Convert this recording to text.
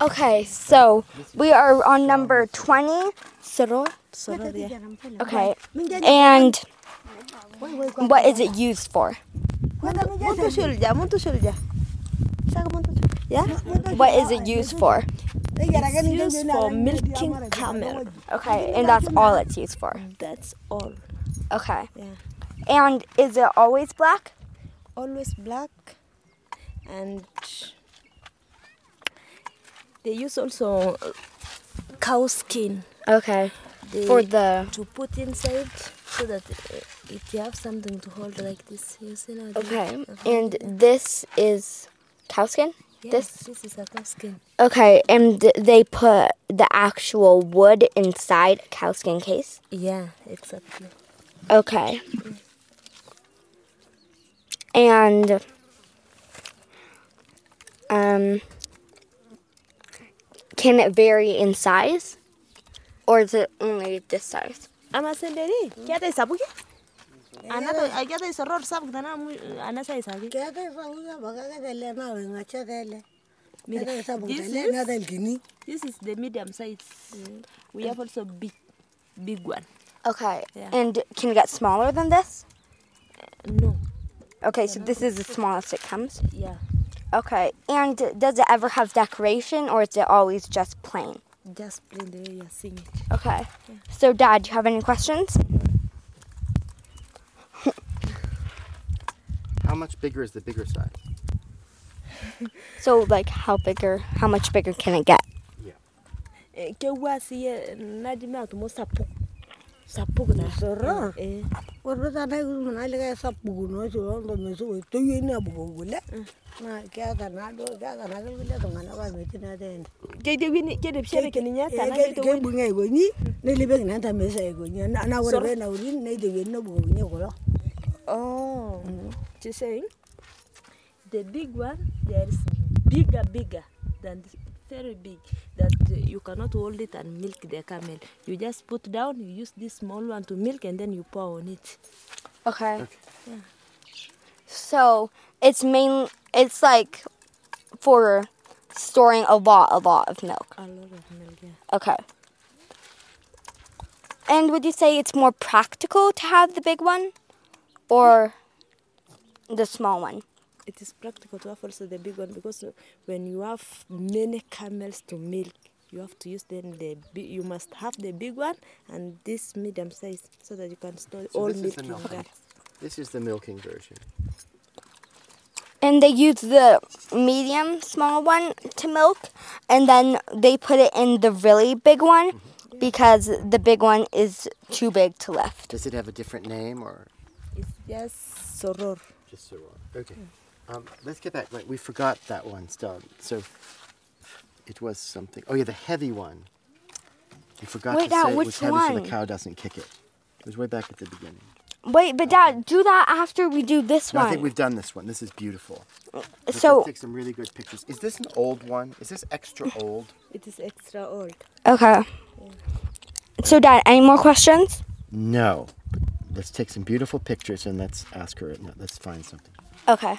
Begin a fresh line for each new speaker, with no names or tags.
Okay, so we are on number 20. Okay. And what is it used for? What is it used for?
It's used for milking camel.
Okay, and that's all it's used for.
That's all.
Okay.
Yeah.
And is it always black?
Always black. And they use also uh, cow skin.
Okay.
They,
For the
to put inside so that uh, it have something to hold like this. You see now. the-
Okay.
Uh-huh.
And this is cow skin?
Yes,
This
this is a cow skin.
Okay, and th- they put the actual wood inside a cow skin case.
Yeah, exactly.
Okay. And um can it vary in size? Or is it only this size?
Ama sendiri, kia tai sabu kia? Ana tai, ai kia tai soror sabu dana mu, ana sai sabu.
Kete sanguda bakaga dele na wenga chadele.
Mira,
Kete sabu
this
dele na del gini.
This is the medium size. We have also big, big one.
Okay.
Yeah.
And can it get smaller than this?
No,
Okay, so this is the smallest it comes.
yeah,
Okay. And does it ever have decoration or is it always just plain?
Just plain the way you are seeing it.
Okay. So, Dad, do you have any questions?
How much bigger is the bigger size?
So, like, how bigger? How much bigger can it get?
Eh, Ke wa siye nadi me atumo sapu, sapu na.
Soror.
Eh,
Orro tana kuzu na lega sabu guno churo ndo mesu we to yini abu gugule.
Mm.
Na kete na do kete na gugule to ngana ba meti na den.
ke de wini, ke de pshere ke niya
Kete
tana
Eh, ke
ke to
ke
wini.
bunga igoni.
Mm.
Ne libe na ta mesa igoni. Na na
Sor-
wore na uri ne de yini abu gugule kolo.
Oh, she's saying the big one there is bigger, bigger than this, very big that uh, you cannot hold it and milk the camel. You just put down, you use this small one to milk, and then you pour on it.
Okay. So, it's main. It's like for storing a lot, a lot of milk.
A lot of milk. Yeah.
Okay. And would you say it's more practical to have the big one or the small one?
It is practical to have also the big one because uh, when you have many camels to milk, you have to use then the bi- you must have the big one and this medium size so that you can store
So
all
this is
milk
the
in
milk.
that.
This is the milking version.
And they use the medium small one to milk, and then they put it in the really big one
Mm-hmm.
because the big one is too big to lift.
Does it have a different name or
It's just soror.
just so Okay. Um, let's get back. Wait, we forgot that one still. So it was something. Oh yeah, the heavy one. We forgot
Wait,
to
now,
say it
which
was heavy so
one?
the cow doesn't kick it. It was way back at the beginning.
Wait, but Dad, do that after we do this
No, I think
one.
we've done this one. This is beautiful. Let's
Uh, So-
take some really good pictures. Is this an old one? Is this extra old?
It is extra old.
Okay. So, Dad, any more questions?
No. But let's take some beautiful pictures and let's ask her. Let's find something.
Okay.